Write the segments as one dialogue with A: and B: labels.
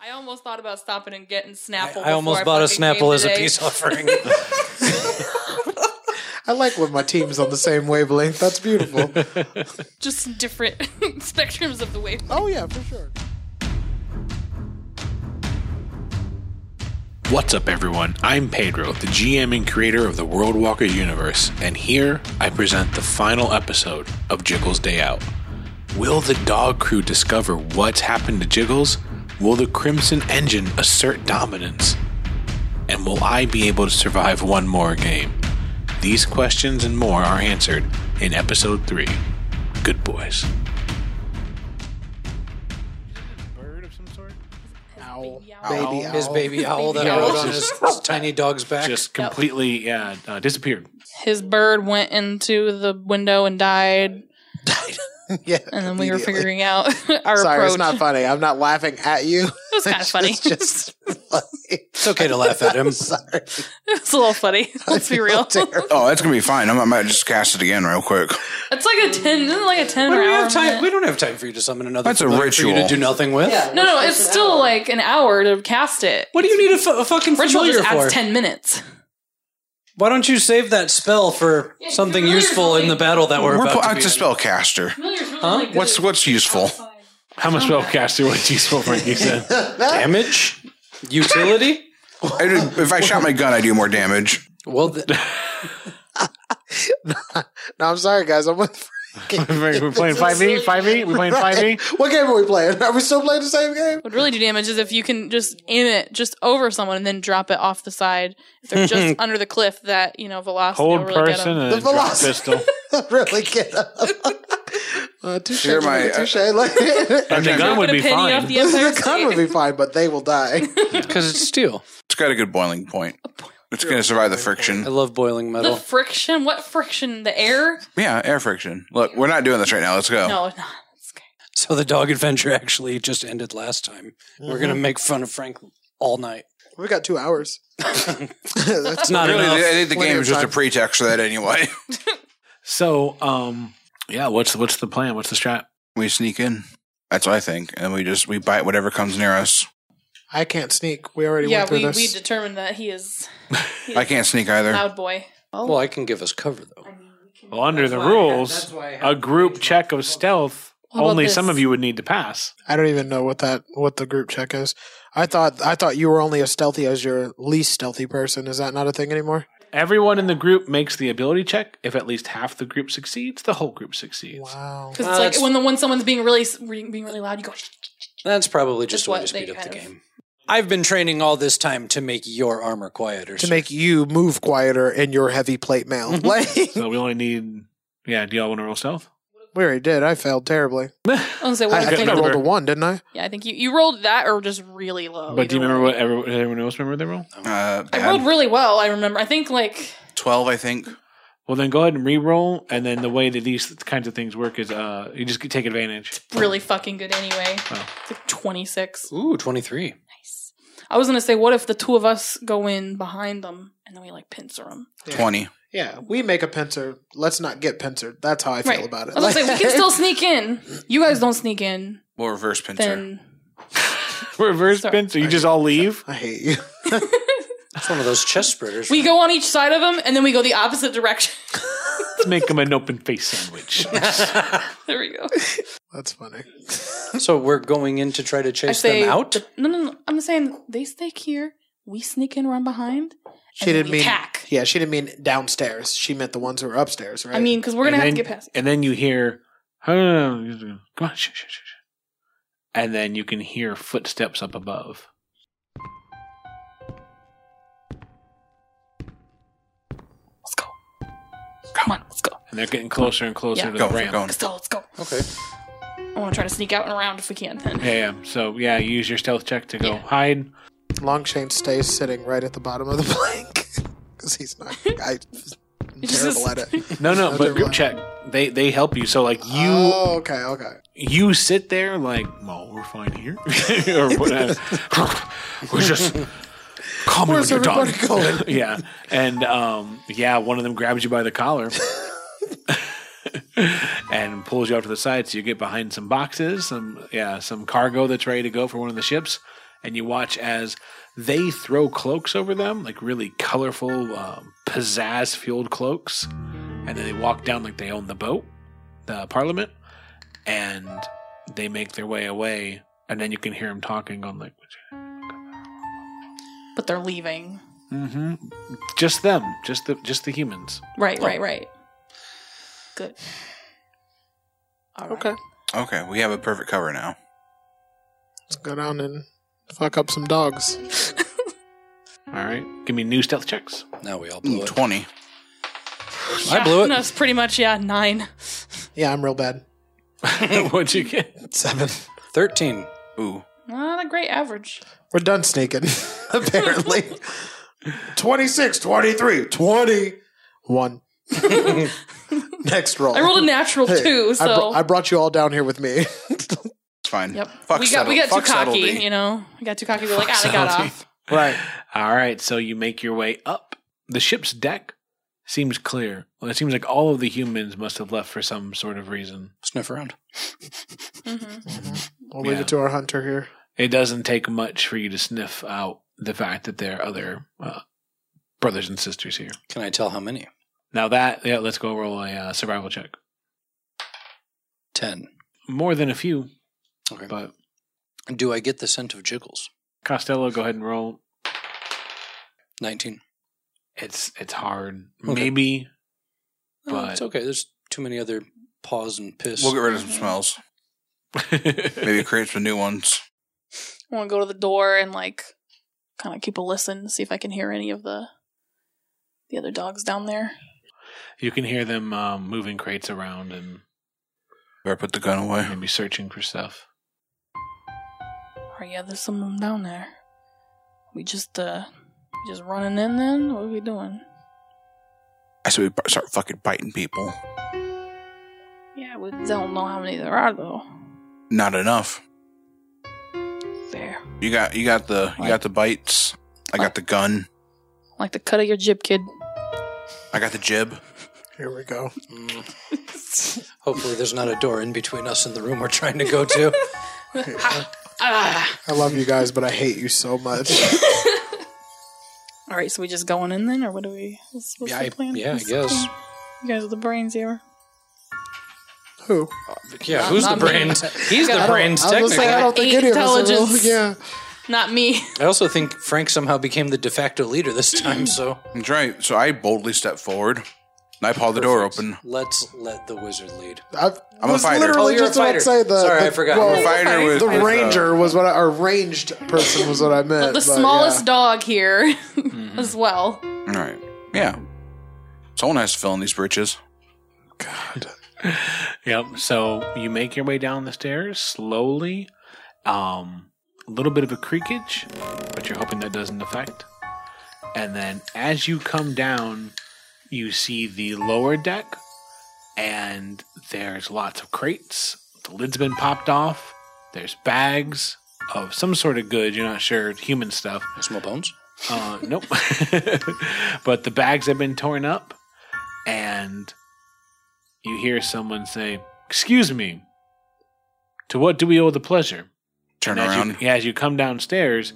A: I almost thought about stopping and getting Snapple.
B: I almost bought a Snapple as a peace offering.
C: I like when my team's on the same wavelength. That's beautiful.
A: Just different spectrums of the wave.
C: Oh, yeah, for sure.
D: What's up, everyone? I'm Pedro, the GM and creator of the World Walker universe, and here I present the final episode of Jiggles Day Out. Will the dog crew discover what's happened to Jiggles? Will the Crimson Engine assert dominance? And will I be able to survive one more game? These questions and more are answered in episode 3. Good boys. Bird of some sort?
C: Owl.
A: Owl.
C: Baby owl.
B: his baby owl that
A: Baby
B: rode
A: owl.
B: on his tiny dog's back.
D: Just completely yeah, uh, disappeared.
A: His bird went into the window and died,
C: Yeah.
A: and then we were
C: immediately.
A: figuring out our
C: Sorry,
A: approach.
C: it's not funny. I'm not laughing at you.
A: it was kind of funny.
C: It's just funny.
B: It's okay to laugh at him.
C: Sorry.
A: it's a little funny. Let's be real.
C: Feel terrible.
E: Oh, that's gonna be fine. I'm, I might just cast it again real quick.
A: It's like a ten. This is like a ten.
B: We
A: hour
B: don't have time.
A: minute.
B: We don't have time for you to summon another.
E: That's a
B: familiar For you to
E: ritual.
B: do nothing with.
A: No, no, it's still like an hour to cast it.
B: What do you need a, fu- a fucking
A: Ritual
B: familiar
A: just
B: for?
A: adds ten minutes.
B: Why don't you save that spell for
A: Yeah,
B: something
A: familiar
B: useful in the
A: something.
B: battle that we're,
E: We're
B: about
E: put
B: to
E: out
B: be
E: to
B: in?
E: spellcaster.
A: huh?
E: What's what's useful?
D: I'm a spellcaster. What's useful for you said?
B: Damage, utility.
E: I did- if I shot my gun, I do more damage.
B: Well, th-
C: No, I'm sorry, guys. I'm with.
D: We're playing five e, five e. We're playing five e.
C: What game are we playing? Are we still playing the same game?
A: What really do damage is if you can just aim it just over someone and then drop it off the side. If they're just under the cliff, that you know velocity. will
D: Hold
A: really get 'em.
D: person and
C: The
D: then drop
C: velocity.
D: pistol.
C: really get up. Uh, touche,
E: You're my-
C: Jimmy, touche. Like, the
D: And the gun would
A: Gonna
D: be
A: pin you
D: fine.
A: off the Empire
C: gun would
A: State.
C: be fine, but they will die.
B: because it's steel.
E: It's got a good boiling point. It's gonna survive the
B: I
E: friction.
B: love boiling
A: The
B: metal.
A: friction? What friction? The air?
E: Yeah, air friction. Look, we're not doing this right now. Let's go.
A: No, it's not. It's okay.
B: So the dog adventure actually just ended last time. We're gonna make fun of Frank all night.
C: we got two hours.
B: It's not
E: Really,
B: enough.
E: I think the
C: Plenty
E: game
C: of
E: is just a
C: time.
E: pretext for that anyway.
D: So, um, yeah. What's what's the plan? What's the strat?
E: We sneak in. That's what I think, and we just we bite whatever comes near us.
C: I can't sneak. We already
A: Yeah,
C: went through
A: we,
C: this.
A: we determined that he is
E: I can't sneak either.
A: loud boy.
B: Well, I can give us cover though.
D: Well, under the rules, a group check of stealth.
A: What about
D: Only some
A: this?
D: of you would need to pass.
C: I don't even know what that what the group check is. I thought I thought you were only as stealthy as your least stealthy person. Is that not a thing anymore?
D: Everyone in the group makes the ability check. If at least half the group succeeds, the whole group succeeds.
C: Wow.
A: Because
B: Uh,
A: it's
B: that's-
A: like when the when someone's being really s- re- being really loud, you go.
B: That's probably
A: Just
B: just a way
A: what
B: to
A: they
B: speed up the
A: have.
B: game. I've been training all this time to make your armor quieter.
C: To
B: sir.
C: make you move quieter in your heavy plate mail. like
D: So we only need. Yeah. Do y'all want to roll stealth?
C: we already did. I failed terribly.
A: I was gonna say, what
C: I,
A: do
C: I
A: you
C: think I
A: think?
D: number.
C: rolled a one, didn't I?
A: Yeah, I think you, you rolled that or just really low.
D: but do you
A: either
D: remember
A: way.
D: what everyone, everyone else remember their roll?
E: Uh,
A: I rolled
E: bad.
A: really well. I remember. I think like
E: Twelve, I think.
D: Well, then go ahead and re-roll, and then the way that these kinds of things work is, uh, you just take advantage.
A: really fucking good anyway.
D: Wow.
A: It's like twenty six.
B: Ooh, 23.
A: I was gonna say, what if the two of us go in behind them and then we like pincer them?
E: Twenty.
C: Yeah, we make a pincer. Let's not get pincered. That's how I feel
A: Right.
C: about it.
A: I was gonna say
C: Like-
A: we can still sneak in. You guys don't sneak in,
E: We'll reverse pincer.
A: then
D: Reverse
A: Sorry.
D: pincer. You just all leave.
C: I hate you.
B: It's one of those chest spreaders.
A: we go on each side of them and then we go the opposite direction.
D: Let's make them an open face sandwich.
A: there we go.
C: That's funny.
B: so we're going in to try to
A: I
B: chase
A: say
B: them out?
A: the- no, no, no. I'm saying they sneak here. We sneak in, run behind.
C: She
A: and then
C: didn't
A: we
C: mean
A: attack.
C: Yeah, she didn't mean downstairs. She meant the ones who were upstairs, right?
A: I mean, because we're gonna
D: And
A: have
D: then-
A: to get past.
D: And then you hear, "Huh," come on, shh, shh, shh, shh. and then you can hear footsteps up above.
A: Let's go. Come on, let's go.
D: And they're getting closer and closer
A: Yeah.
D: to
E: Go,
D: the ramp.
E: go.
A: Let's go. Let's go.
B: okay.
A: I want to try to sneak out and around if we can. Then
D: Yeah, yeah. So yeah, you use your stealth check to go
A: Yeah.
D: hide.
C: Longshank stays sitting right at the bottom of the plank because he's not. I, I'm
A: It's just-
C: terrible at it.
D: No, no,
C: they're
D: but group
C: lying.
D: check. They they help you. So like you
C: Oh, okay, okay.
D: you sit there like, well, we're fine here. or whatever. we're just calm
C: Where's
D: when you're
C: everybody
D: done.
C: going?
D: yeah, and um, yeah, one of them grabs you by the collar and pulls you off to the side, so you get behind some boxes, some yeah, some cargo that's ready to go for one of the ships, and you watch as they throw cloaks over them, like really colorful, um, pizzazz fueled cloaks, and then they walk down like they own the boat, the parliament, and they make their way away, and then you can hear them talking on like.
A: But they're leaving.
D: Mm-hmm. Just them, just the just the humans.
A: Right, right,
C: Oh.
A: right. Good. All right.
C: Okay.
E: Okay, we have a perfect cover now.
C: Let's go down and fuck up some dogs.
D: All right, give me new stealth checks.
B: Now we all blew
E: Ooh,
B: it.
E: 20.
B: I blew it.
A: That's pretty much yeah nine.
C: Yeah, I'm real bad.
D: What'd you get?
C: Seven.
B: 13.
E: Ooh.
A: Not a great average.
C: We're done sneaking, apparently. 26, 23, 21. Next roll.
A: I rolled a natural
C: Oh. Hey,
A: two,
C: I,
A: so
C: br- I brought you all down here with me.
E: It's fine.
A: yep.
E: Fuck
A: we got we got
E: settle-
A: too
E: fuck
A: cocky,
C: eh?
E: subtlety.
A: you know. We got too cocky. We are like, ah, they got off.
C: right.
D: All right, so you make your way up. The ship's deck seems clear. Well, it seems like all of the humans must have left for some sort of reason.
B: Sniff around.
C: eh?
A: Mhm.
C: We'll leave
D: Yeah.
C: it to our hunter here.
D: It doesn't take much for you to sniff out the fact that there are other uh, brothers and sisters here.
B: Can I tell how many?
D: Now that yeah, let's go roll a uh, survival check.
B: 10.
D: More than a few,
B: Okay.
D: but
B: Do I get the scent of jiggles?
D: Costello, go ahead and roll.
B: 19.
D: It's it's hard.
B: Okay. Oh,
D: Maybe
B: No,
D: But-
B: it's okay. There's too many other paws and piss.
E: We'll get rid of some smells. Maybe create some new ones.
A: I want to go to the door and like kind of keep a listen, see if I can hear any of the the other dogs down there.
D: you can hear them um, moving crates around and
E: Better put the gun away.
B: Uh-huh.
D: maybe searching for stuff.
A: Oh yeah, there's someone down there. We just uh just running in then? What are we doing?
E: I said we b- start fucking biting people.
A: Yeah, we don't know how many there are though.
E: Not enough.
A: Fair.
E: You got you got the you got the bites. I got the gun.
A: Like the cut of your jib, kid.
E: I got the jib.
C: Here we go.
B: Mm. Hopefully, there's not a door in between us and the room we're trying to go to.
A: Ah.
C: I love you guys, but I hate you so much.
A: All right, so we just going in then, or what do we? What's, what's
B: Yeah,
A: the
B: I-
A: plan?
B: yeah, I
A: What's the
B: guess.
A: plan? You guys are the brains here.
C: Who?
B: yeah,
A: Not-
B: who's
A: not
B: the
A: me.
B: brains? He's the
A: I don't-
B: brains,
C: I was
B: technically.
C: like, I don't think
A: Eight
C: any of us are real-
A: intelligence.
C: Yeah.
A: Not me.
B: I also think Frank somehow became the de facto leader this time, so
E: That's right. So I boldly step forward and I paw the door open.
B: let's let the wizard lead.
C: I
E: I'm a
C: was
E: fighter.
B: Oh,
C: literally
B: you're a
C: just about
B: fighter.
C: to say the.
B: Sorry,
C: the-
B: I forgot.
C: well,
E: I'm a fighter with
C: Oh, the
E: with, uh,
C: ranger was what I, or ranged person was what I meant.
A: the
C: but
A: smallest
C: yeah.
A: dog here,
B: Mm-hmm.
A: as well.
E: all right. Yeah. Someone has to fill in these breaches.
D: Yep. So you make your way down the stairs slowly. Um, a little bit of a creakage, but you're hoping that doesn't affect. And then as you come down, you see the lower deck, and there's lots of crates. The lid's been popped off. There's bags of some sort of good. You're not sure, human stuff.
B: Small bones.
D: Uh, nope. but the bags have been torn up, and you hear someone say, "Excuse me." To what do we owe the pleasure?
E: Turn
D: And as
E: around.
D: You, yeah, as you come downstairs,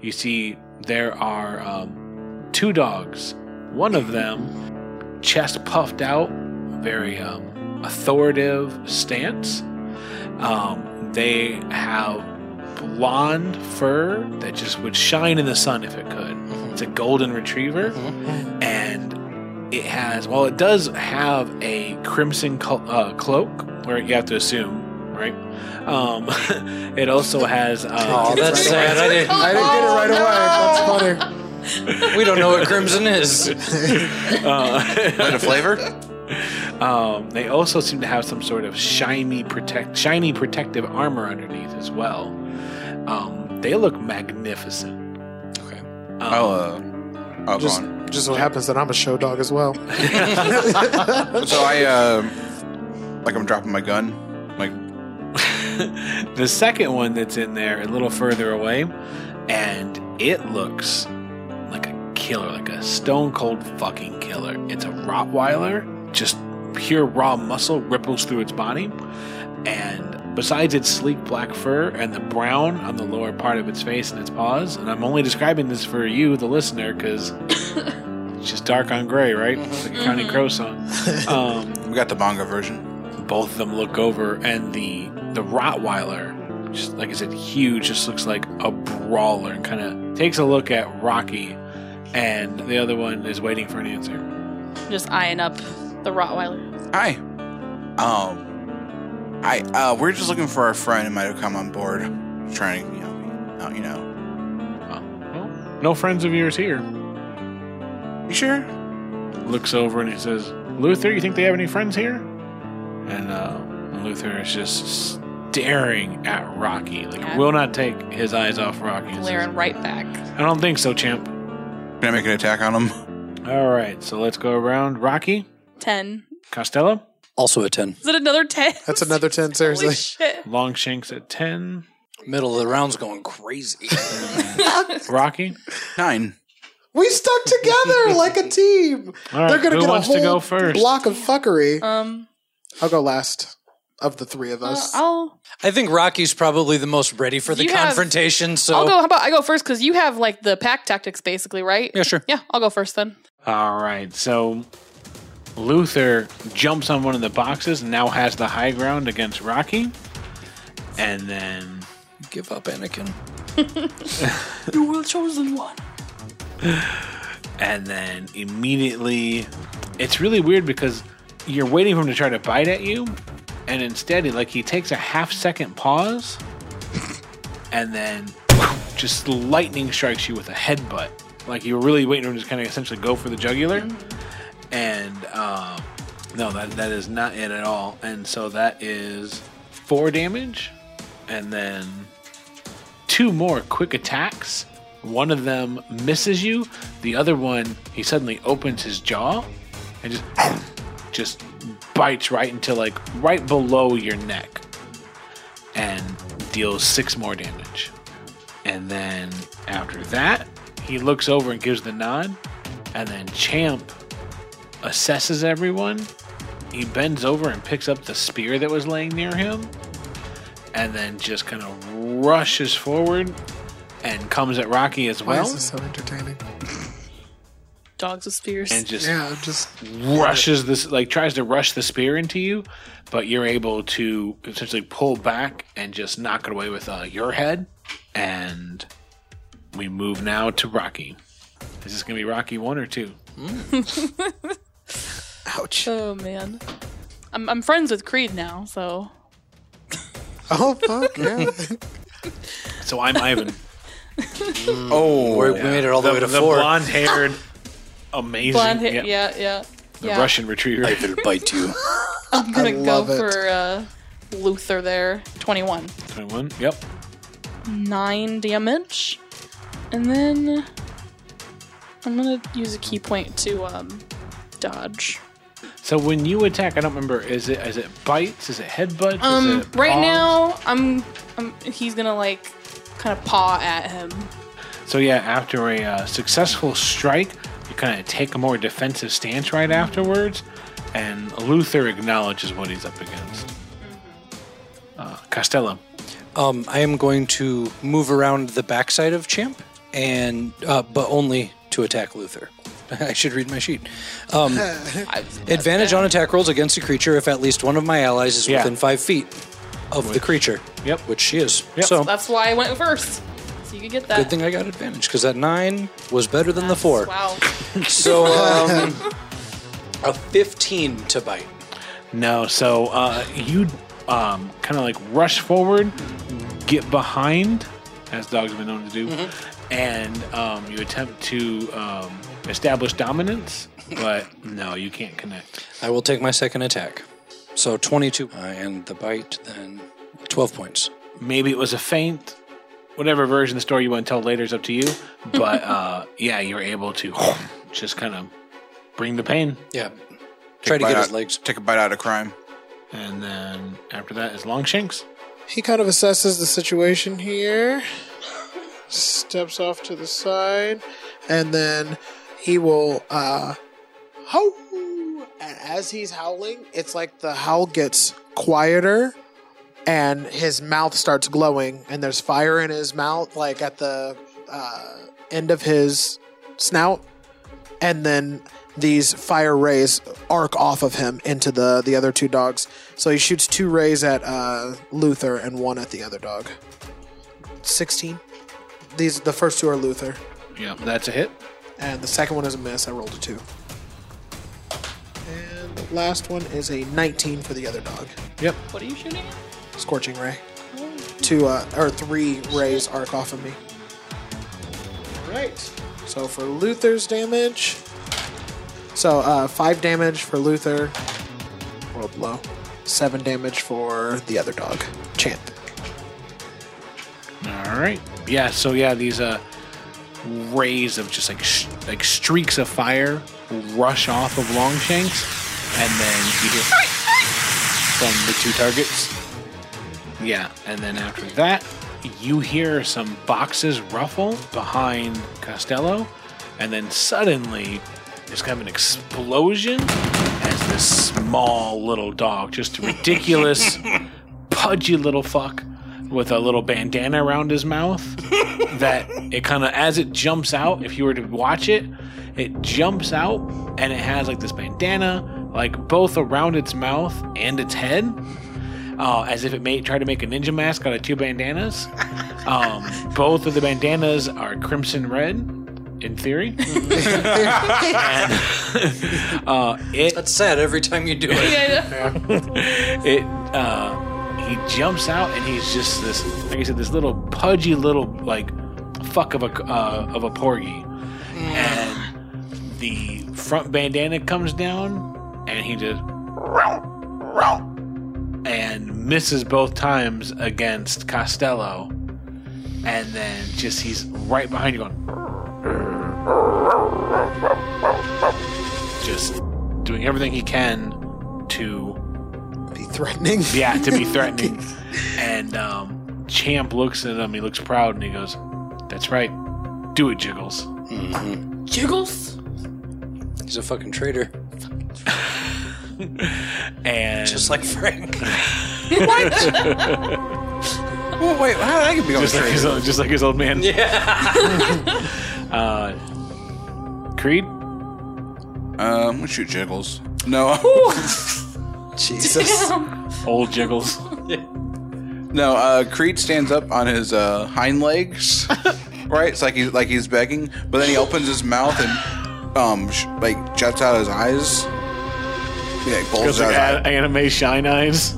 D: you see there are um, two dogs. One of them, chest puffed out, very um, authoritative stance. Um, they have blonde fur that just would shine in the sun if it could. It's a golden retriever,
B: Mm-hmm.
D: and it has. Well, it does have a crimson clo- uh, cloak, where you have to assume, right? Um, it also has. Um,
B: Oh, that's sad. I didn't.
C: I didn't get it right away. That's funny.
B: Oh, We don't know what crimson is.
D: uh,
E: Is that a
A: Uh-huh.
E: flavor?
D: um, they also seem to have some sort of shiny protect, shiny protective armor underneath as well. Um, they look magnificent.
B: Okay. Oh,
D: Um,
E: I'll uh, I'll go
C: Just,
E: on.
C: just so happens that I'm a show dog as well.
B: uh,
E: So I uh, like I'm dropping my gun. Like
D: the second one that's in there a little further away, and it looks like a killer, like a stone cold fucking killer. It's a Rottweiler, just pure raw muscle ripples through its body, and Besides its sleek black fur and the brown on the lower part of its face and its paws, and I'm only describing this for you, the listener, because it's just dark on gray, right? It's like a County Crow song. Um,
E: We got the manga version.
D: both of them look over and the the rottweiler just like i said huge just looks like a brawler and kind of takes a look at rocky and the other one is waiting for an answer
A: Just eyeing up the Rottweiler.
E: Hi. Um, I uh, we're just looking for our friend who might have come on board, trying to you know, be out, you know.
D: no friends of yours here
E: You sure?
D: looks over and he says luther you think they have any friends here and uh, luther is just staring at rocky like
A: Yeah.
D: will not take his eyes off rocky and says,
A: Glaring right back.
D: i don't think so champ
E: Can I make an attack on him?
D: all right so let's go around rocky
A: Ten.
D: costello
B: Also a 10.
A: Is it another ten?
C: That's another 10,
A: Holy
C: seriously.
A: shit.
D: longshanks at 10
B: Middle of the round's going crazy.
D: Rocky.
E: Nine.
C: We stuck together like a team.
D: All right,
C: They're going to
D: who
C: get a
D: wants
C: whole
D: to go first?
C: block of fuckery.
A: Um,
C: I'll go last of the three of
A: uh,
C: us.
A: I'll
B: I think Rocky's probably the most ready for the
A: You have-
B: confrontation, so.
A: I'll go. How about I go first? Because you have like the pack tactics, basically, right?
B: Yeah, sure.
A: Yeah, I'll go first then.
D: All right, so Luther jumps on one of the boxes and now has the high ground against Rocky. And then
B: Give up, Anakin.
A: You will chosen one.
D: and then immediately it's really weird because you're waiting for him to try to bite at you and instead he like he takes a half second pause and then just lightning strikes you with a headbutt like you were really waiting for him to kind of essentially go for the jugular and um, no that, that is not it at all and so that is four damage and then two more quick attacks. One of them misses you. The other one, he suddenly opens his jaw and just just bites right into like right below your neck and deals six more damage. And then after that, he looks over and gives the nod. And then Champ assesses everyone. He bends over and picks up the spear that was laying near him and then just kind of rushes forward and comes at Rocky as
C: Why
D: well
C: is this so entertaining?
A: Dogs with spears.
D: and just
C: Yeah, just
D: rushes this like tries to rush the spear into you, but you're able to essentially pull back and just knock it away with uh, your head. And we move now to Rocky. Is this gonna be Rocky one or two?
C: ouch.
A: oh man, I'm I'm friends with Creed now, so
C: Oh fuck yeah!
D: So I'm Ivan,
E: Oh,
B: We- We made it all the,
D: the,
B: way to
D: the
B: four.
D: blonde-haired, amazing,
A: blonde.
D: yeah,
A: hair. yeah, yeah.
D: the
A: yeah.
D: Russian retriever.
B: It'll bite you.
A: I'm gonna go
C: love it.
A: for uh, Luther there. Twenty-one.
D: 21. Yep.
A: nine damage. And then I'm gonna use a key point to um dodge.
D: So when you attack, I don't remember. Is it is it bites? Is it headbutts?
A: Um
D: is it
A: right
D: paws?
A: now I'm, I'm he's gonna like kind of paw at him.
D: So yeah, after a uh, successful strike, you kind of take a more defensive stance right afterwards, and Luther acknowledges what he's up against. Uh, Costello,
B: Um, I am going to move around the backside of Champ, and uh, but only to attack Luther. I should read my sheet. Um, advantage on attack rolls against a creature if at least one of my allies is
D: Yeah.
B: within five feet of the creature.
D: Yep.
B: Which she is.
D: Yep.
B: So
A: That's why I went first. So you could get that.
B: good thing I got advantage because that nine was better than the four.
A: Wow.
B: So um, a fifteen to bite.
D: no. So uh, you um, kind of like rush forward, get behind, as dogs have been known to do, and um, you attempt to um, establish dominance, but no, you can't connect.
B: I will take my second attack. So twenty-two uh, and the bite then twelve points.
D: maybe it was a feint. Whatever version of the story you want to tell later is up to you. But uh, yeah, you're able to just kind of bring the pain.
B: Yeah. Try to
E: bite
B: get
E: out,
B: his legs.
E: Take a bite out of crime.
D: And then after that is Longshanks.
C: He kind of assesses the situation here, steps off to the side, and then he will uh howl. And as he's howling, it's like the howl gets quieter and his mouth starts glowing, and there's fire in his mouth, like at the uh, end of his snout, and then these fire rays arc off of him into the the other two dogs. So he shoots two rays at uh, Luther and one at the other dog. Sixteen. These the first two are Luther,
D: Yeah, that's a hit.
C: and the second one is a miss. I rolled a two. And the last one is a 19 for the other dog.
D: Yep.
A: What are you shooting at?
C: Scorching ray. Two uh, or three rays arc off of me. Alright. So for Luther's damage. So uh, five damage for Luther. Roll low. Seven damage for the other dog. Champ.
D: All right. Yeah. So yeah, these uh rays of just like sh- like streaks of fire rush off of Longshanks, and then you hear from the two targets. Yeah, and then after that, you hear some boxes ruffle behind Costello, and then suddenly there's kind of an explosion as this small little dog, just a ridiculous, pudgy little fuck with a little bandana around his mouth, that it kind of, as it jumps out, if you were to watch it, it jumps out and it has like this bandana, like both around its mouth and its head uh, as if it may try to make a ninja mask out of two bandanas. Um, both of the bandanas are crimson red, in theory. And, uh, it
B: That's sad every time you do it.
A: Yeah,
D: it uh, he jumps out and he's just this like I said this little pudgy little like fuck of a uh, of a porgy and the front bandana comes down and he just and misses both times against Costello and then just he's right behind you going just doing everything he can to
C: Be threatening.
D: yeah, to be threatening. and um, Champ looks at him. He looks proud, and he goes, "That's right. Do it, Jiggles."
A: Jiggles.
B: He's a fucking traitor.
D: And
B: Just like Frank.
E: Well, Oh, wait, how did I get become a
D: just like his
E: traitor?
D: old, just like his old man. Yeah. uh, Creed.
E: Um, we shoot jiggles. No,
B: Jesus.
D: Old Jiggles.
E: no. Uh, Creed stands up on his uh, hind legs, right? It's like he's like he's begging, but then he opens his mouth and um, sh- like juts out his eyes. Yeah, like, bulges
D: Goes like
E: out.
D: a- anime shine eyes.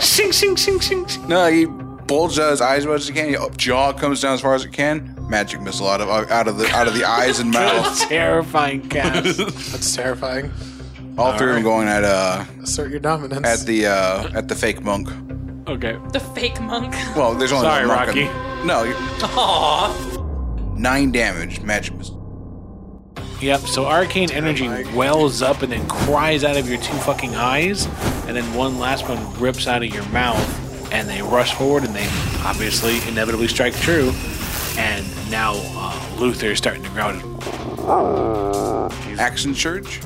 D: shing, shing, shing, shing, shing.
E: No, he bulges out his eyes as much as he can. His jaw comes down as far as it can. Magic missile out of out of the out of the eyes and mouth.
D: Terrifying cast.
C: That's terrifying.
E: All three of them going at uh
C: Assert your dominance.
E: at the uh at the fake monk.
D: Okay.
A: The fake monk.
E: Well, there's only
D: Sorry,
E: one monk. in-
D: Rocky.
E: No. Aww. Nine damage. Magic missile.
D: Yep, so arcane energy wells up and then cries out of your two fucking eyes, and then one last one rips out of your mouth, and they rush forward and they obviously inevitably strike true. And now uh, Luther is starting to growl.
E: Action surge.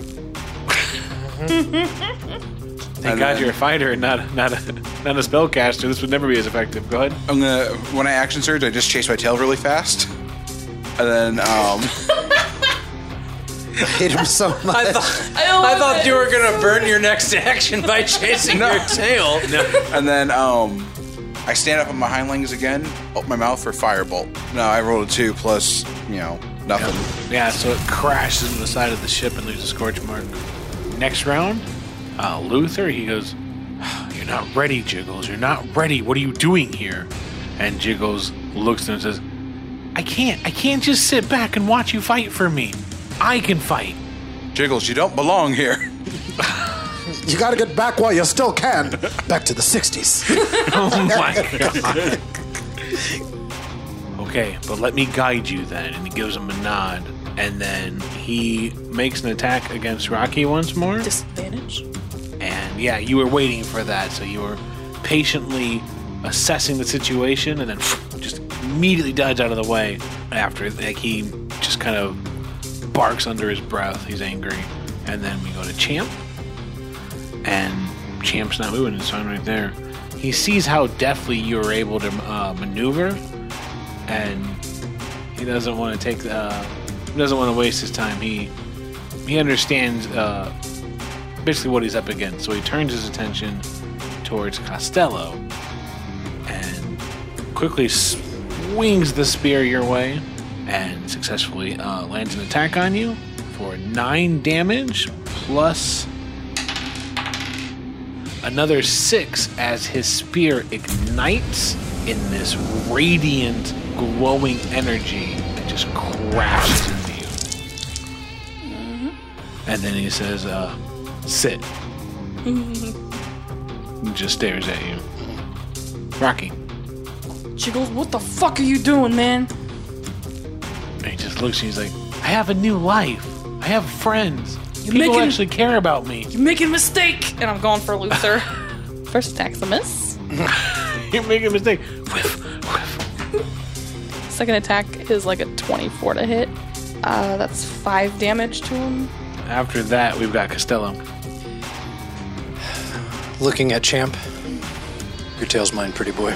D: Thank God you're a fighter and not not a, not a spellcaster. This would never be as effective. Go ahead.
E: I'm gonna when I action surge, I just chase my tail really fast, and then um
C: hate him so much.
B: I thought,
A: I, love
B: I thought
A: it.
B: you were going to burn your next action by chasing your tail.
E: and then um I stand up on my hind legs again. Open my mouth for firebolt. No, I rolled a two plus you know nothing.
D: Yeah, so it crashes into the side of the ship and leaves a scorch mark. Next round, uh, Luther, he goes, You're not ready, Jiggles. You're not ready. What are you doing here? And Jiggles looks at him and says, I can't. I can't just sit back and watch you fight for me. I can fight.
E: Jiggles, you don't belong here.
C: You gotta get back while you still can. Back to the 60s.
D: Oh my God. Okay, but let me guide you then. And he gives him a nod. And then he makes an attack against Rocky once more.
A: Disadvantage.
D: And yeah, you were waiting for that, so you were patiently assessing the situation, and then just immediately dodge out of the way. After like he just kind of barks under his breath, he's angry, and then we go to Champ, and Champ's not moving. His sign right there. He sees how deftly you were able to uh, maneuver, and he doesn't want to take. Uh, he doesn't want to waste his time. He he understands uh, basically what he's up against, so he turns his attention towards Costello and quickly swings the spear your way and successfully uh, lands an attack on you for nine damage plus another six as his spear ignites in this radiant, glowing energy that just crashes into you. And then he says, uh, sit. And just stares at you. Rocky.
A: She goes, What the fuck are you doing, man?
D: And he just looks and he's like, I have a new life. I have friends. People
A: making-
D: actually care about me.
A: You're making a mistake! And I'm going for Luther. First attack's a miss.
D: You're making a mistake. Whiff, whiff.
A: Second attack is like a 24 to hit. Uh, that's five damage to him.
D: After that, we've got Costello.
B: Looking at Champ. Your tail's mine, pretty boy.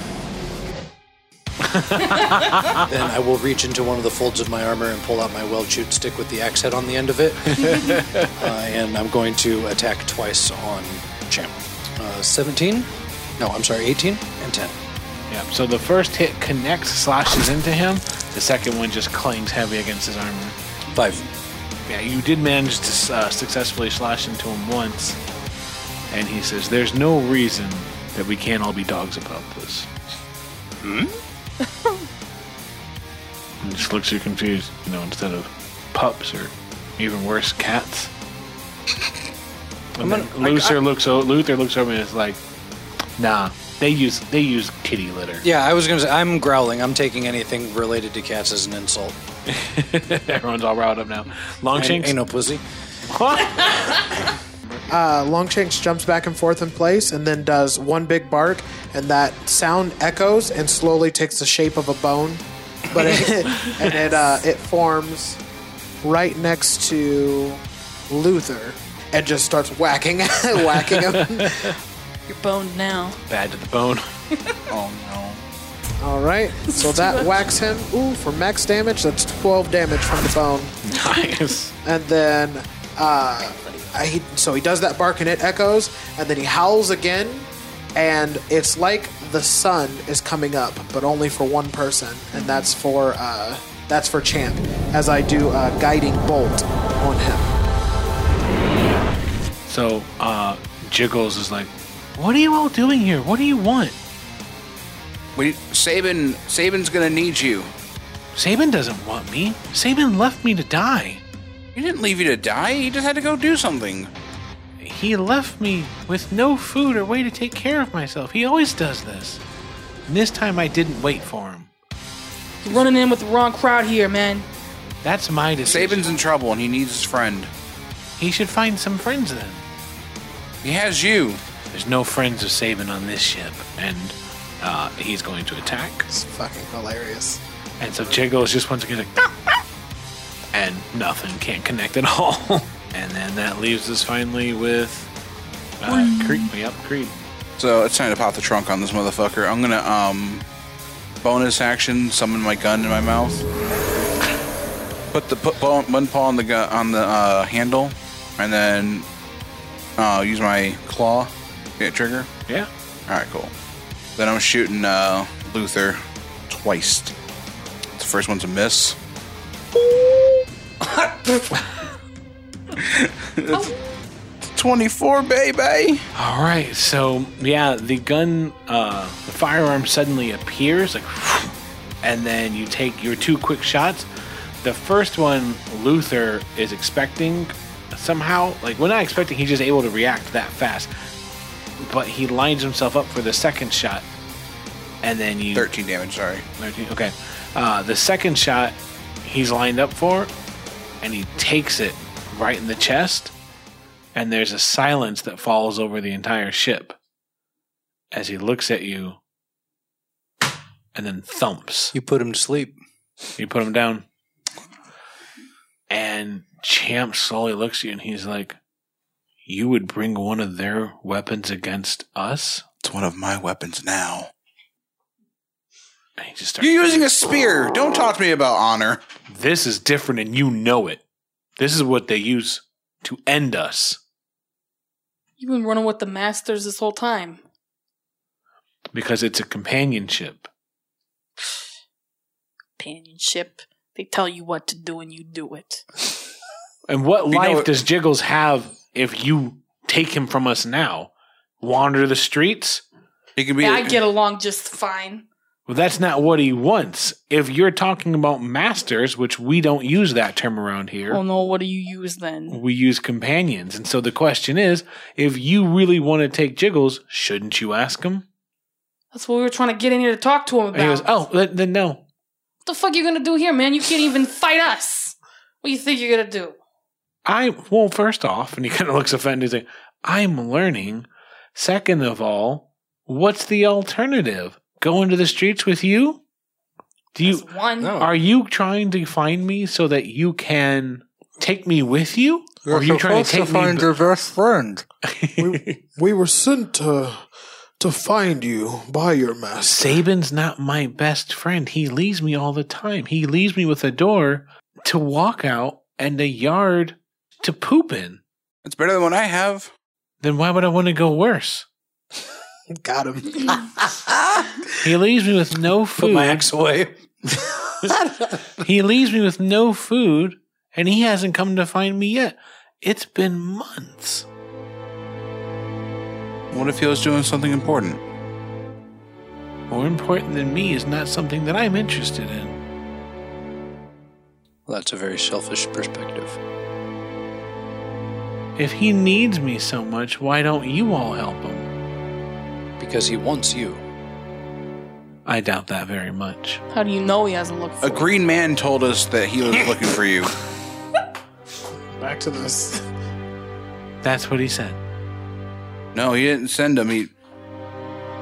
B: then I will reach into one of the folds of my armor and pull out my well chewed stick with the axe head on the end of it. uh, and I'm going to attack twice on Champ. Uh, 17? No, I'm sorry, 18 and 10.
D: Yep. So the first hit connects, slashes into him. The second one just clings heavy against his armor.
B: Five.
D: Yeah, you did manage to uh, successfully slash into him once, and he says, "There's no reason that we can't all be dogs about this." Hmm. and just looks you confused. You know, instead of pups or even worse, cats. And then Luther looks. O- Luther looks over and is like, "Nah, they use they use kitty litter."
B: Yeah, I was going to say, I'm growling. I'm taking anything related to cats as an insult.
D: Everyone's all riled up now.
B: Ain't,
D: Longshanks.
B: ain't no pussy.
C: Uh, Longshanks jumps back and forth in place and then does one big bark, and that sound echoes and slowly takes the shape of a bone, but it, and it uh, it forms right next to Luther and just starts whacking whacking him.
A: You're boned now.
D: Bad to the bone.
E: Oh no.
C: All right, so that whacks him. Ooh, for max damage, that's twelve damage from the bone.
D: nice.
C: and then uh, I, so he does that bark and it echoes, and then he howls again, and it's like the sun is coming up, but only for one person, and that's for uh, that's for Champ, as I do a guiding bolt on him.
D: So uh, Jiggles is like, "What are you all doing here? What do you want?
E: We Saban Saban's gonna need you.
D: Saban doesn't want me. Saban left me to die.
E: He didn't leave you to die. He just had to go do something.
D: He left me with no food or way to take care of myself. He always does this. And this time I didn't wait for him.
A: You're running in with the wrong crowd here, man.
D: That's my decision.
E: Saban's in trouble and he needs his friend.
D: he should find some friends then.
E: He has you.
D: There's no friends of Saban on this ship, and uh, he's going to attack.
C: It's fucking hilarious.
D: And so Jiggles just once again like, and nothing can't connect at all. and then that leaves us finally with uh, Creed. Yep, Creed.
E: So it's time to pop the trunk on this motherfucker. I'm gonna um bonus action summon my gun in my mouth. Put the put bone, one paw on the gun on the uh, handle, and then uh, use my claw. Get trigger.
D: Yeah.
E: All right, cool. Then I'm shooting uh, Luther twice. The first one's a miss. That's 24, baby.
D: All right, so yeah, the gun, uh, the firearm suddenly appears, like, and then you take your two quick shots. The first one, Luther is expecting somehow, like, well, not expecting, he's just able to react that fast. But he lines himself up for the second shot, and then you
E: 13 damage. Sorry.
D: 13, Okay. Uh, the second shot he's lined up for, and he takes it right in the chest, and there's a silence that falls over the entire ship as he looks at you and then thumps.
B: You put him to sleep.
D: You put him down. And Champ slowly looks at you and he's like, You would bring one of their weapons against us?
E: It's one of my weapons now.
D: And he just starts,
E: You're using a spear. Don't talk to me about honor.
D: This is different and you know it. This is what they use to end us.
A: You've been running with the masters this whole time.
D: Because it's a companionship.
A: Companionship. They tell you what to do and you do it.
D: And what
E: You know
D: life
E: it-
D: does Jiggles have if you take him from us now? Wander the streets?
E: He can be.
A: I get along just fine.
D: Well, that's not what he wants. If you're talking about masters, which we don't use that term around here,
A: Well, Oh, no, what do you use then?
D: we use companions. And so the question is if you really want to take Jiggles, shouldn't you ask him?
A: That's what we were trying to get in here to talk to him
D: And
A: about.
D: he goes, Oh, then, then no.
A: What the fuck you gonna do here, man? You can't even fight us. What do you think you're gonna do?
D: I, well, first off, and he kind of looks offended. He's like, I'm learning. Second of all, what's the alternative? Go into the streets with you? Do you,
A: That's one.
B: No.
D: Are you trying to find me so that you can take me with you? Or are you trying to take me?
B: your best friend.
C: We were sent to to find you by your master.
D: Saban's not my best friend. He leaves me all the time. He leaves me with a door to walk out and a yard to poop in.
E: It's better than what I have.
D: Then why would I want to go worse?
C: Got him.
D: He leaves me with no
B: Put my
D: food.
B: axe away.
D: He leaves me with no food, and he hasn't come to find me yet. It's been months.
E: What if he was doing something important?
D: More important than me is not something that I'm interested in.
B: Well, that's a very selfish perspective.
D: If he needs me so much, why don't you all help him?
B: Because he wants you.
D: I doubt that very much.
A: How do you know he hasn't looked for
E: A green man told us that he was looking for you.
C: Back to this.
D: That's what he said.
E: No, he didn't send him. He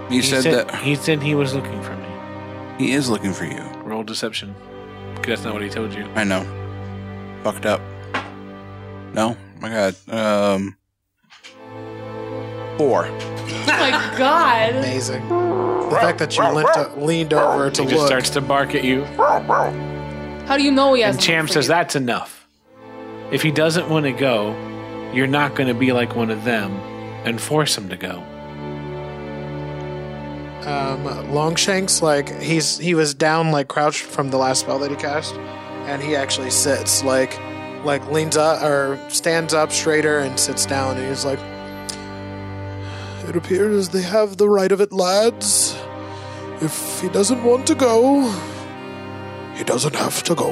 E: he, said, that
D: he said he was looking for me.
E: he is looking for you.
D: Roll deception. 'Cause That's not what he told you.
E: I know. Fucked up. No, my God. Um, four.
A: Oh my god.
C: Amazing. The fact that you leant to, leaned over to
D: He just
C: look.
D: starts to bark at you.
A: How do you know he
D: And
A: hasn't?
D: Champ
A: looked for
D: says,
A: you?
D: That's enough. If he doesn't want to go, you're not going to be like one of them and force him to go.
C: um, Longshanks, like he's he was down, like crouched from the last spell that he cast, and he actually sits, like, like leans up or stands up straighter and sits down, and he's like, "It appears they have the right of it, lads. If he doesn't want to go, he doesn't have to go."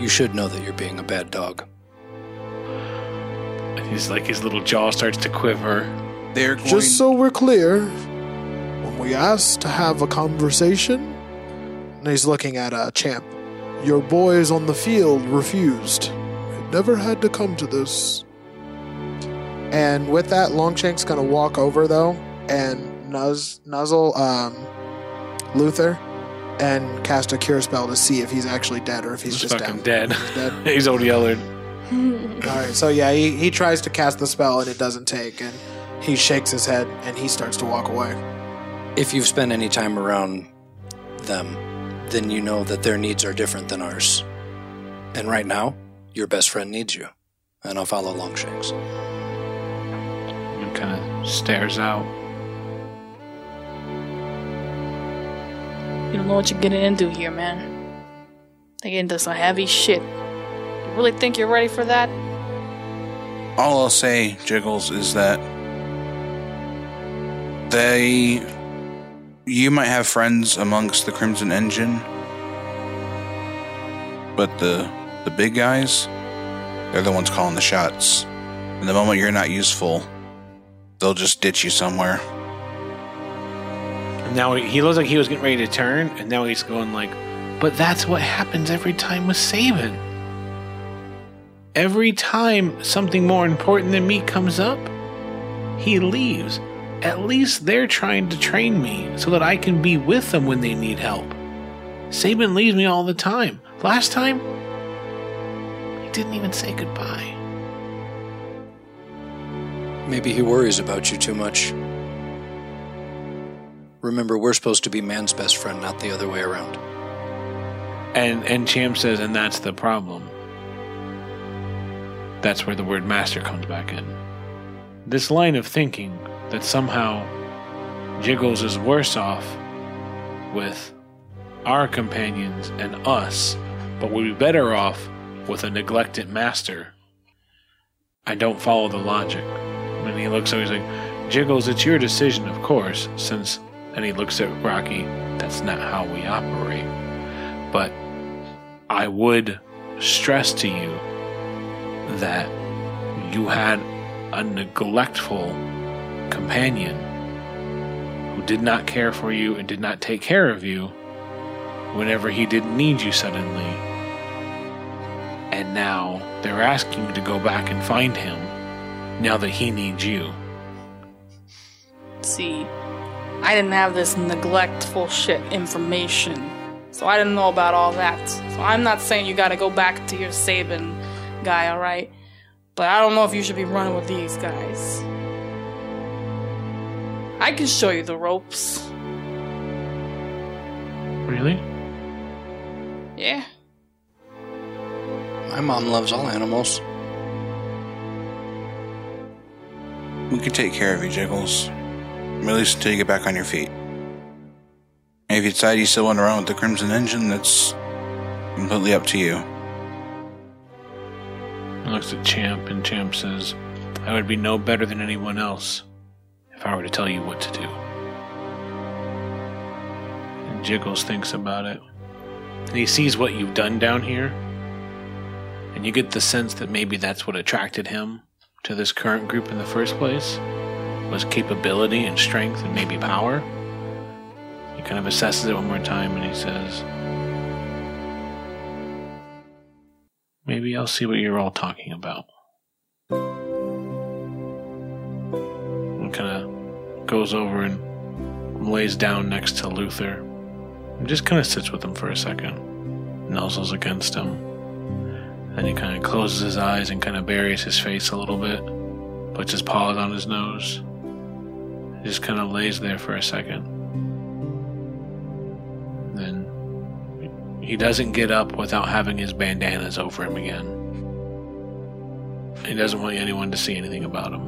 B: You should know that you're being a bad dog.
D: And he's like, his little jaw starts to quiver.
E: They're going.
C: Just so we're clear, when we ask to have a conversation, and he's looking at uh, Champ, your boys on the field refused. It never had to come to this. And with that, Longshank's gonna walk over though and nuz- nuzzle um, Luther and cast a cure spell to see if he's actually dead or if he's
D: He's
C: just
D: fucking
C: down.
D: dead.
C: Dead.
D: he's old yellered.
C: All right, so yeah, he, he tries to cast the spell and it doesn't take, and he shakes his head and he starts to walk away.
B: If you've spent any time around them, then you know that their needs are different than ours. And right now, your best friend needs you. And I'll follow Longshanks.
D: And kind of stares out.
A: You don't know what you're getting into here, man. They get into some heavy shit. You really think you're ready for that?
E: all I'll say, Jiggles, is that they. You might have friends amongst the Crimson Engine, but the the big guys, they're the ones calling the shots. And the moment you're not useful, they'll just ditch you somewhere.
D: And now he- he looks like he was getting ready to turn, and now he's going like, but that's what happens every time with Saban. Every time something more important than me comes up, he leaves. At least they're trying to train me so that I can be with them when they need help. Saban leaves me all the time. Last time, he didn't even say goodbye.
B: Maybe he worries about you too much. Remember, we're supposed to be man's best friend, not the other way around.
D: And and Champ says, and that's the problem. That's where the word master comes back in. This line of thinking that somehow Jiggles is worse off with our companions and us, but would be better off with a neglected master. I don't follow the logic. And he looks over, he's like, Jiggles, it's your decision, of course, since. And he looks at Rocky, that's not how we operate but I would stress to you that you had a neglectful companion who did not care for you and did not take care of you whenever he didn't need you suddenly. And now they're asking you to go back and find him now that he needs you.
A: See, I didn't have this neglectful shit information, so I didn't know about all that. So I'm not saying you gotta go back to your Saban guy, alright? But I don't know if you should be running with these guys. I can show you the ropes.
D: Really?
A: Yeah.
B: My mom loves all animals.
E: We could take care of you, Jiggles. At least until you get back on your feet. And if you decide you still want to run with the Crimson Engine, that's completely up to you.
D: He looks at Champ, and Champ says, I would be no better than anyone else if I were to tell you what to do. And Jiggles thinks about it. And he sees what you've done down here. And you get the sense that maybe that's what attracted him to this current group in the first place was capability and strength and maybe power. He kind of assesses it one more time and he says, Maybe I'll see what you're all talking about. And kind of goes over and lays down next to Luther. And just kind of sits with him for a second. Nuzzles against him. Then he kind of closes his eyes and kind of buries his face a little bit. Puts his paws on his nose. Just kind of lays there for a second. Then he doesn't get up without having his bandanas over him again. He doesn't want anyone to see anything about him.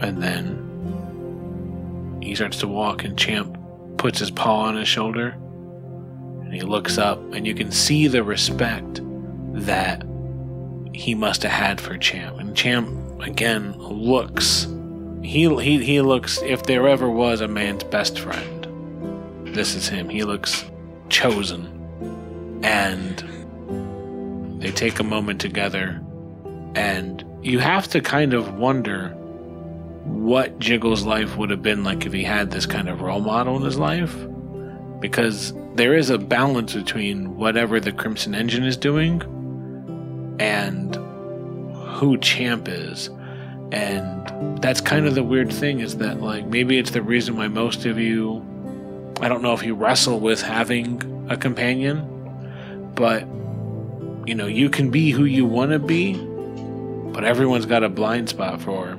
D: And then he starts to walk, and Champ puts his paw on his shoulder and he looks up, and you can see the respect that he must have had for Champ. And Champ, again, looks. He, he, he looks, if there ever was a man's best friend, this is him. He looks chosen. And they take a moment together, and you have to kind of wonder what Jiggle's life would have been like if he had this kind of role model in his life. Because there is a balance between whatever the Crimson Engine is doing and who Champ is. And that's kind of the weird thing is that, like, maybe it's the reason why most of you I don't know if you wrestle with having a companion, but you know, you can be who you want to be, but everyone's got a blind spot for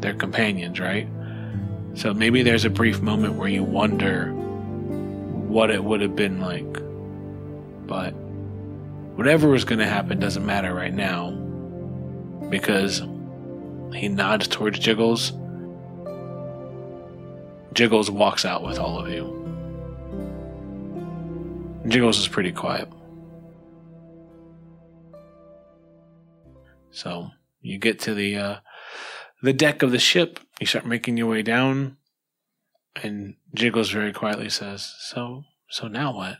D: their companions, right? So maybe there's a brief moment where you wonder what it would have been like. But whatever was going to happen doesn't matter right now because he nods towards Jiggles. Jiggles walks out with all of you. Jiggles is pretty quiet. So you get to the uh, the deck of the ship. You start making your way down, and Jiggles very quietly says, "So, so now what?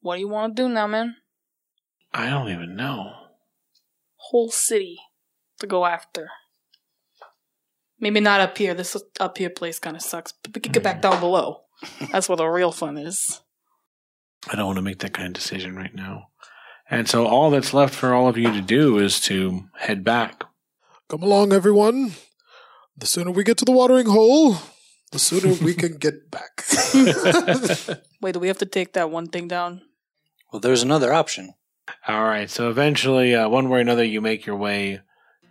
A: What do you want to do now, man?
D: I don't even know."
A: Whole city to go after. Maybe not up here. This up here place kind of sucks, but we could get
D: Mm.
A: back down below. That's where the real fun is.
D: I don't want to make that kind of decision right now. And so all that's left for all of you to do is to head back.
C: Come along, everyone. The sooner we get to the watering hole, the sooner we can get back.
A: Wait, do we have to take that one thing down?
B: Well, there's another option.
D: All right. So eventually, uh, one way or another, you make your way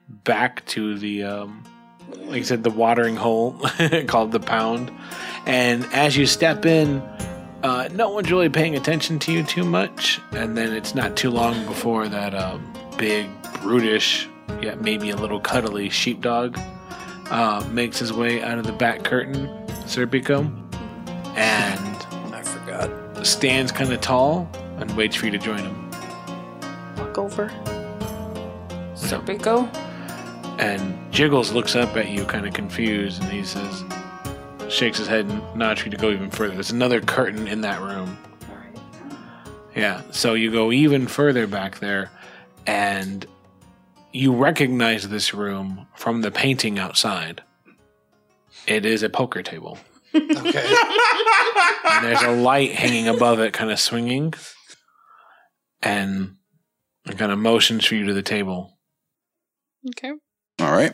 D: back to the, um, like I said, the watering hole called the pound. And as you step in, uh, no one's really paying attention to you too much. And then it's not too long before that um, big, brutish, yet maybe a little cuddly sheepdog uh, makes his way out of the back curtain, Serpico, and
B: I forgot.
D: stands kind of tall and waits for you to join him.
A: Walk over. Serpico?
D: And Jiggles looks up at you, kind of confused, and he says, shakes his head and nods for you to go even further. There's another curtain in that room. Yeah, so you go even further back there, and you recognize this room from the painting outside. It is a poker table.
B: Okay.
D: And there's a light hanging above it, kind of swinging, and it kind of motions for you to the table.
A: Okay.
E: All right.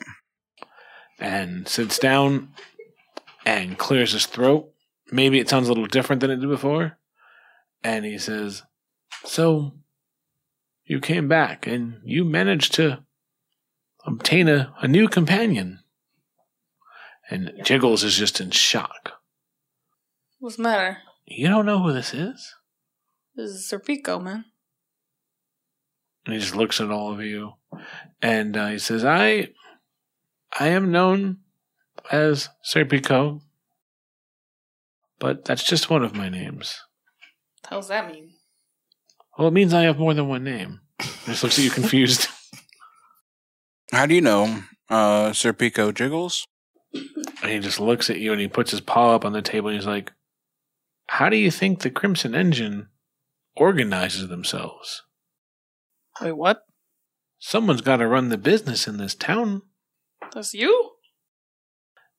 D: and sits down and clears his throat. Maybe it sounds a little different than it did before. And he says, So you came back and you managed to obtain a, a new companion. And Jiggles is just in shock.
A: What's the matter?
D: You don't know who this is?
A: This is Serpico, man.
D: And he just looks at all of you. And uh, he says, I I am known as Serpico, but that's just one of my names.
A: How does that mean?
D: Well, it means I have more than one name. This looks at you confused.
E: How do you know uh, Sir Pico jiggles?
D: And he just looks at you and he puts his paw up on the table and he's like, How do you think the Crimson Engine organizes themselves?
A: Wait, what?
D: Someone's got to run the business in this town.
A: That's you?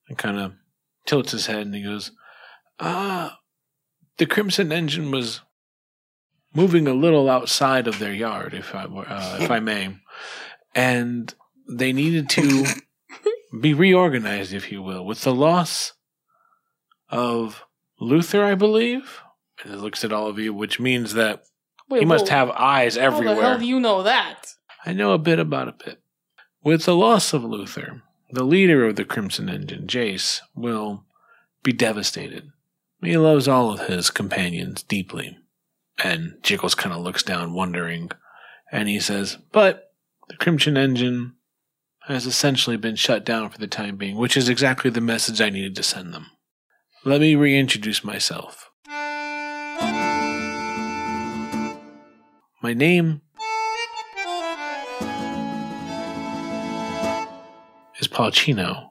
D: and kind of tilts his head and he goes, Ah, the Crimson Engine was moving a little outside of their yard, if I were, uh, if I may, and they needed to be reorganized, if you will, with the loss of Luther, I believe. And it looks at all of you, which means that
A: Wait,
D: he must
A: whoa.
D: have eyes everywhere.
A: How the hell do you know that?
D: I know a bit about a bit. With the loss of Luther, the leader of the Crimson Engine, Jace, will be devastated. He loves all of his companions deeply. And Jiggles kind of looks down, wondering, and he says, But the Crimson Engine has essentially been shut down for the time being, which is exactly the message I needed to send them. Let me reintroduce myself. My name is Palcino.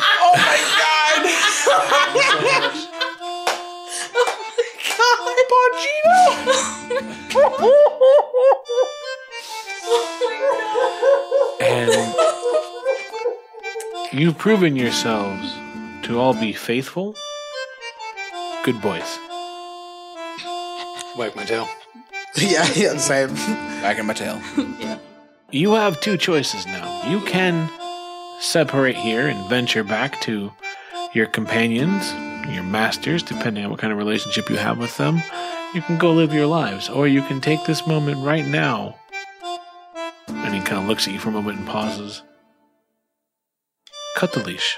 E: Oh my
D: And you've proven yourselves to all be faithful, good boys.
B: Wipe my tail.
C: yeah, yeah, same.
E: god! Back in my tail.
D: You have two choices now. You can separate here and venture back to your companions, your masters, depending on what kind of relationship you have with them. You can go live your lives, or you can take this moment right now. And he kind of looks at you for a moment and pauses. Cut the leash.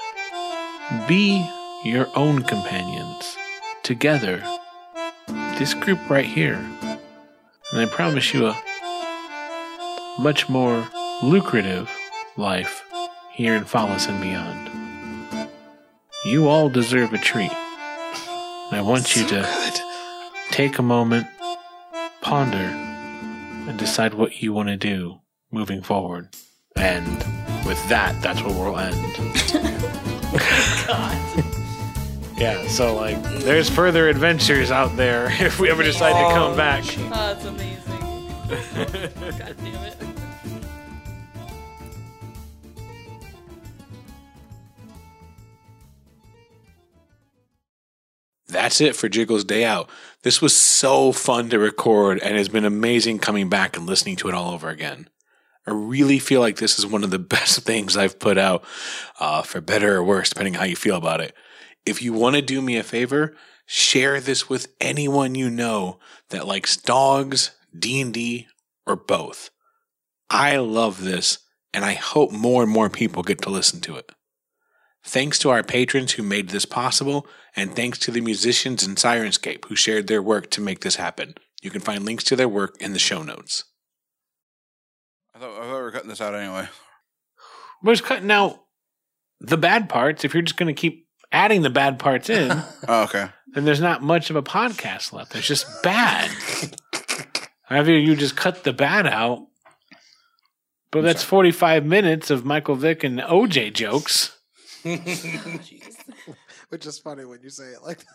D: Be your own companions. Together. This group right here. And I promise you a much more lucrative life here in Fallis and beyond. You all deserve a treat. And I want you to take a moment, ponder, and decide what you want to do moving forward. And with that, that's where we'll end. Yeah, so like, there's further adventures out there if we ever decide to come back.
A: Oh, that's amazing. God damn it.
D: that's it for Jiggles Day Out. This was so fun to record, and it's been amazing coming back and listening to it all over again. I really feel like this is one of the best things I've put out, uh, for better or worse, depending on how you feel about it. If you want to do me a favor, share this with anyone you know that likes dogs, D&D, or both. I love this, and I hope more and more people get to listen to it. Thanks to our patrons who made this possible, and thanks to the musicians in Sirenscape who shared their work to make this happen. You can find links to their work in the show notes.
E: I thought, I thought we were cutting this out anyway.
D: We're just cutting out the bad parts. If you're just going to keep adding the bad parts in,
E: Oh, okay.
D: then there's not much of a podcast left. It's just bad. Either you just cut the bad out, but that's 45 minutes of Michael Vick and OJ jokes.
C: Which is funny when you say it like that.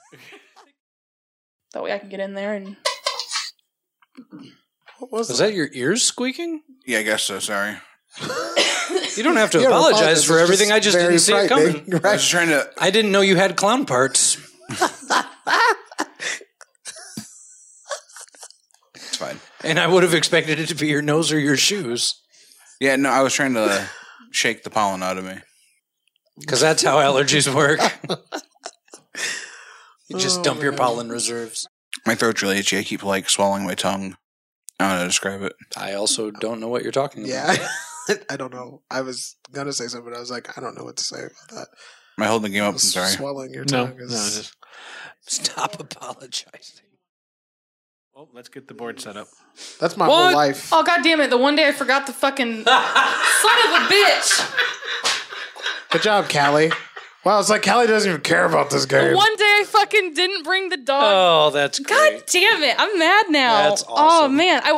A: That way I can get in there and
C: What was,
B: Was that your ears squeaking?
E: Yeah, I guess so. Sorry.
B: You don't have to
C: You don't
B: apologize for
C: it's
B: everything. I just
C: very
B: didn't see it
C: frightening,
B: coming.
E: I
C: Right?
E: was just trying to.
B: I didn't know you had clown parts.
E: It's fine.
B: And I would have expected it to be your nose or your shoes,
E: Yeah, no, I was trying to uh, shake the pollen out of me.
B: because that's how allergies work. you just dump
C: Oh,
B: your pollen reserves.
E: My throat's really itchy. I keep like swallowing my tongue. I don't know how to describe it.
B: I also don't know what you're talking about.
C: Yeah. I don't know. I was gonna say something, but I was like, I don't know what to say about
E: Am I holding the game up?
C: that.
E: I'm sorry.
C: Swallowing your
D: No,
C: tongue
D: no,
C: is
D: just,
B: Stop apologizing.
D: well, oh, let's get the board set up.
C: that's my
B: What?
C: whole life.
A: Oh god damn it, the one day I forgot the fucking son of a bitch.
C: Good job, Callie. Wow, it's like Callie doesn't even care about this game.
A: One day I fucking didn't bring the dog.
B: Oh, that's great.
A: god damn it, I'm mad now.
B: That's
A: Oh
B: awesome.
A: man.
B: man.
A: I,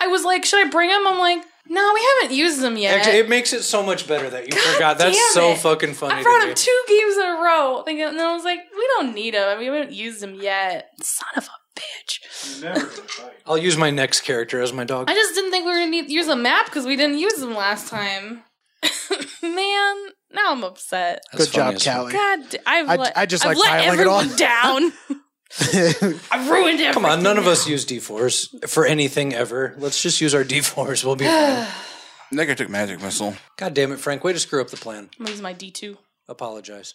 A: I I was like, should I bring him? I'm like, no, we haven't used them yet.
B: Actually, it makes it so much better that you forgot.
A: damn
B: That's so
A: it.
B: fucking funny
A: I brought
B: to
A: him
B: me.
A: two games in a row. Thinking, and then I was like, we don't need him. We haven't used him yet. Son of a bitch.
B: I'll use my next character as my dog.
A: I just didn't think we were going to use a map because we didn't use them last time. Man, now I'm upset.
B: That's
C: Good
B: funny
C: job,
B: as
C: Callie.
A: God, I've
C: I-
A: let,
C: I just
A: I've
C: like
A: let
C: piling it all.
A: everyone down. I've ruined everything.
B: Come on, Uh, none of us use D4s for anything ever. Let's just use our D4s. We'll be fine.
E: I think I took magic missile.
B: God damdamn it, Frank. Way to screw up the plan.
A: I'm going to use my D2.
B: Apologize.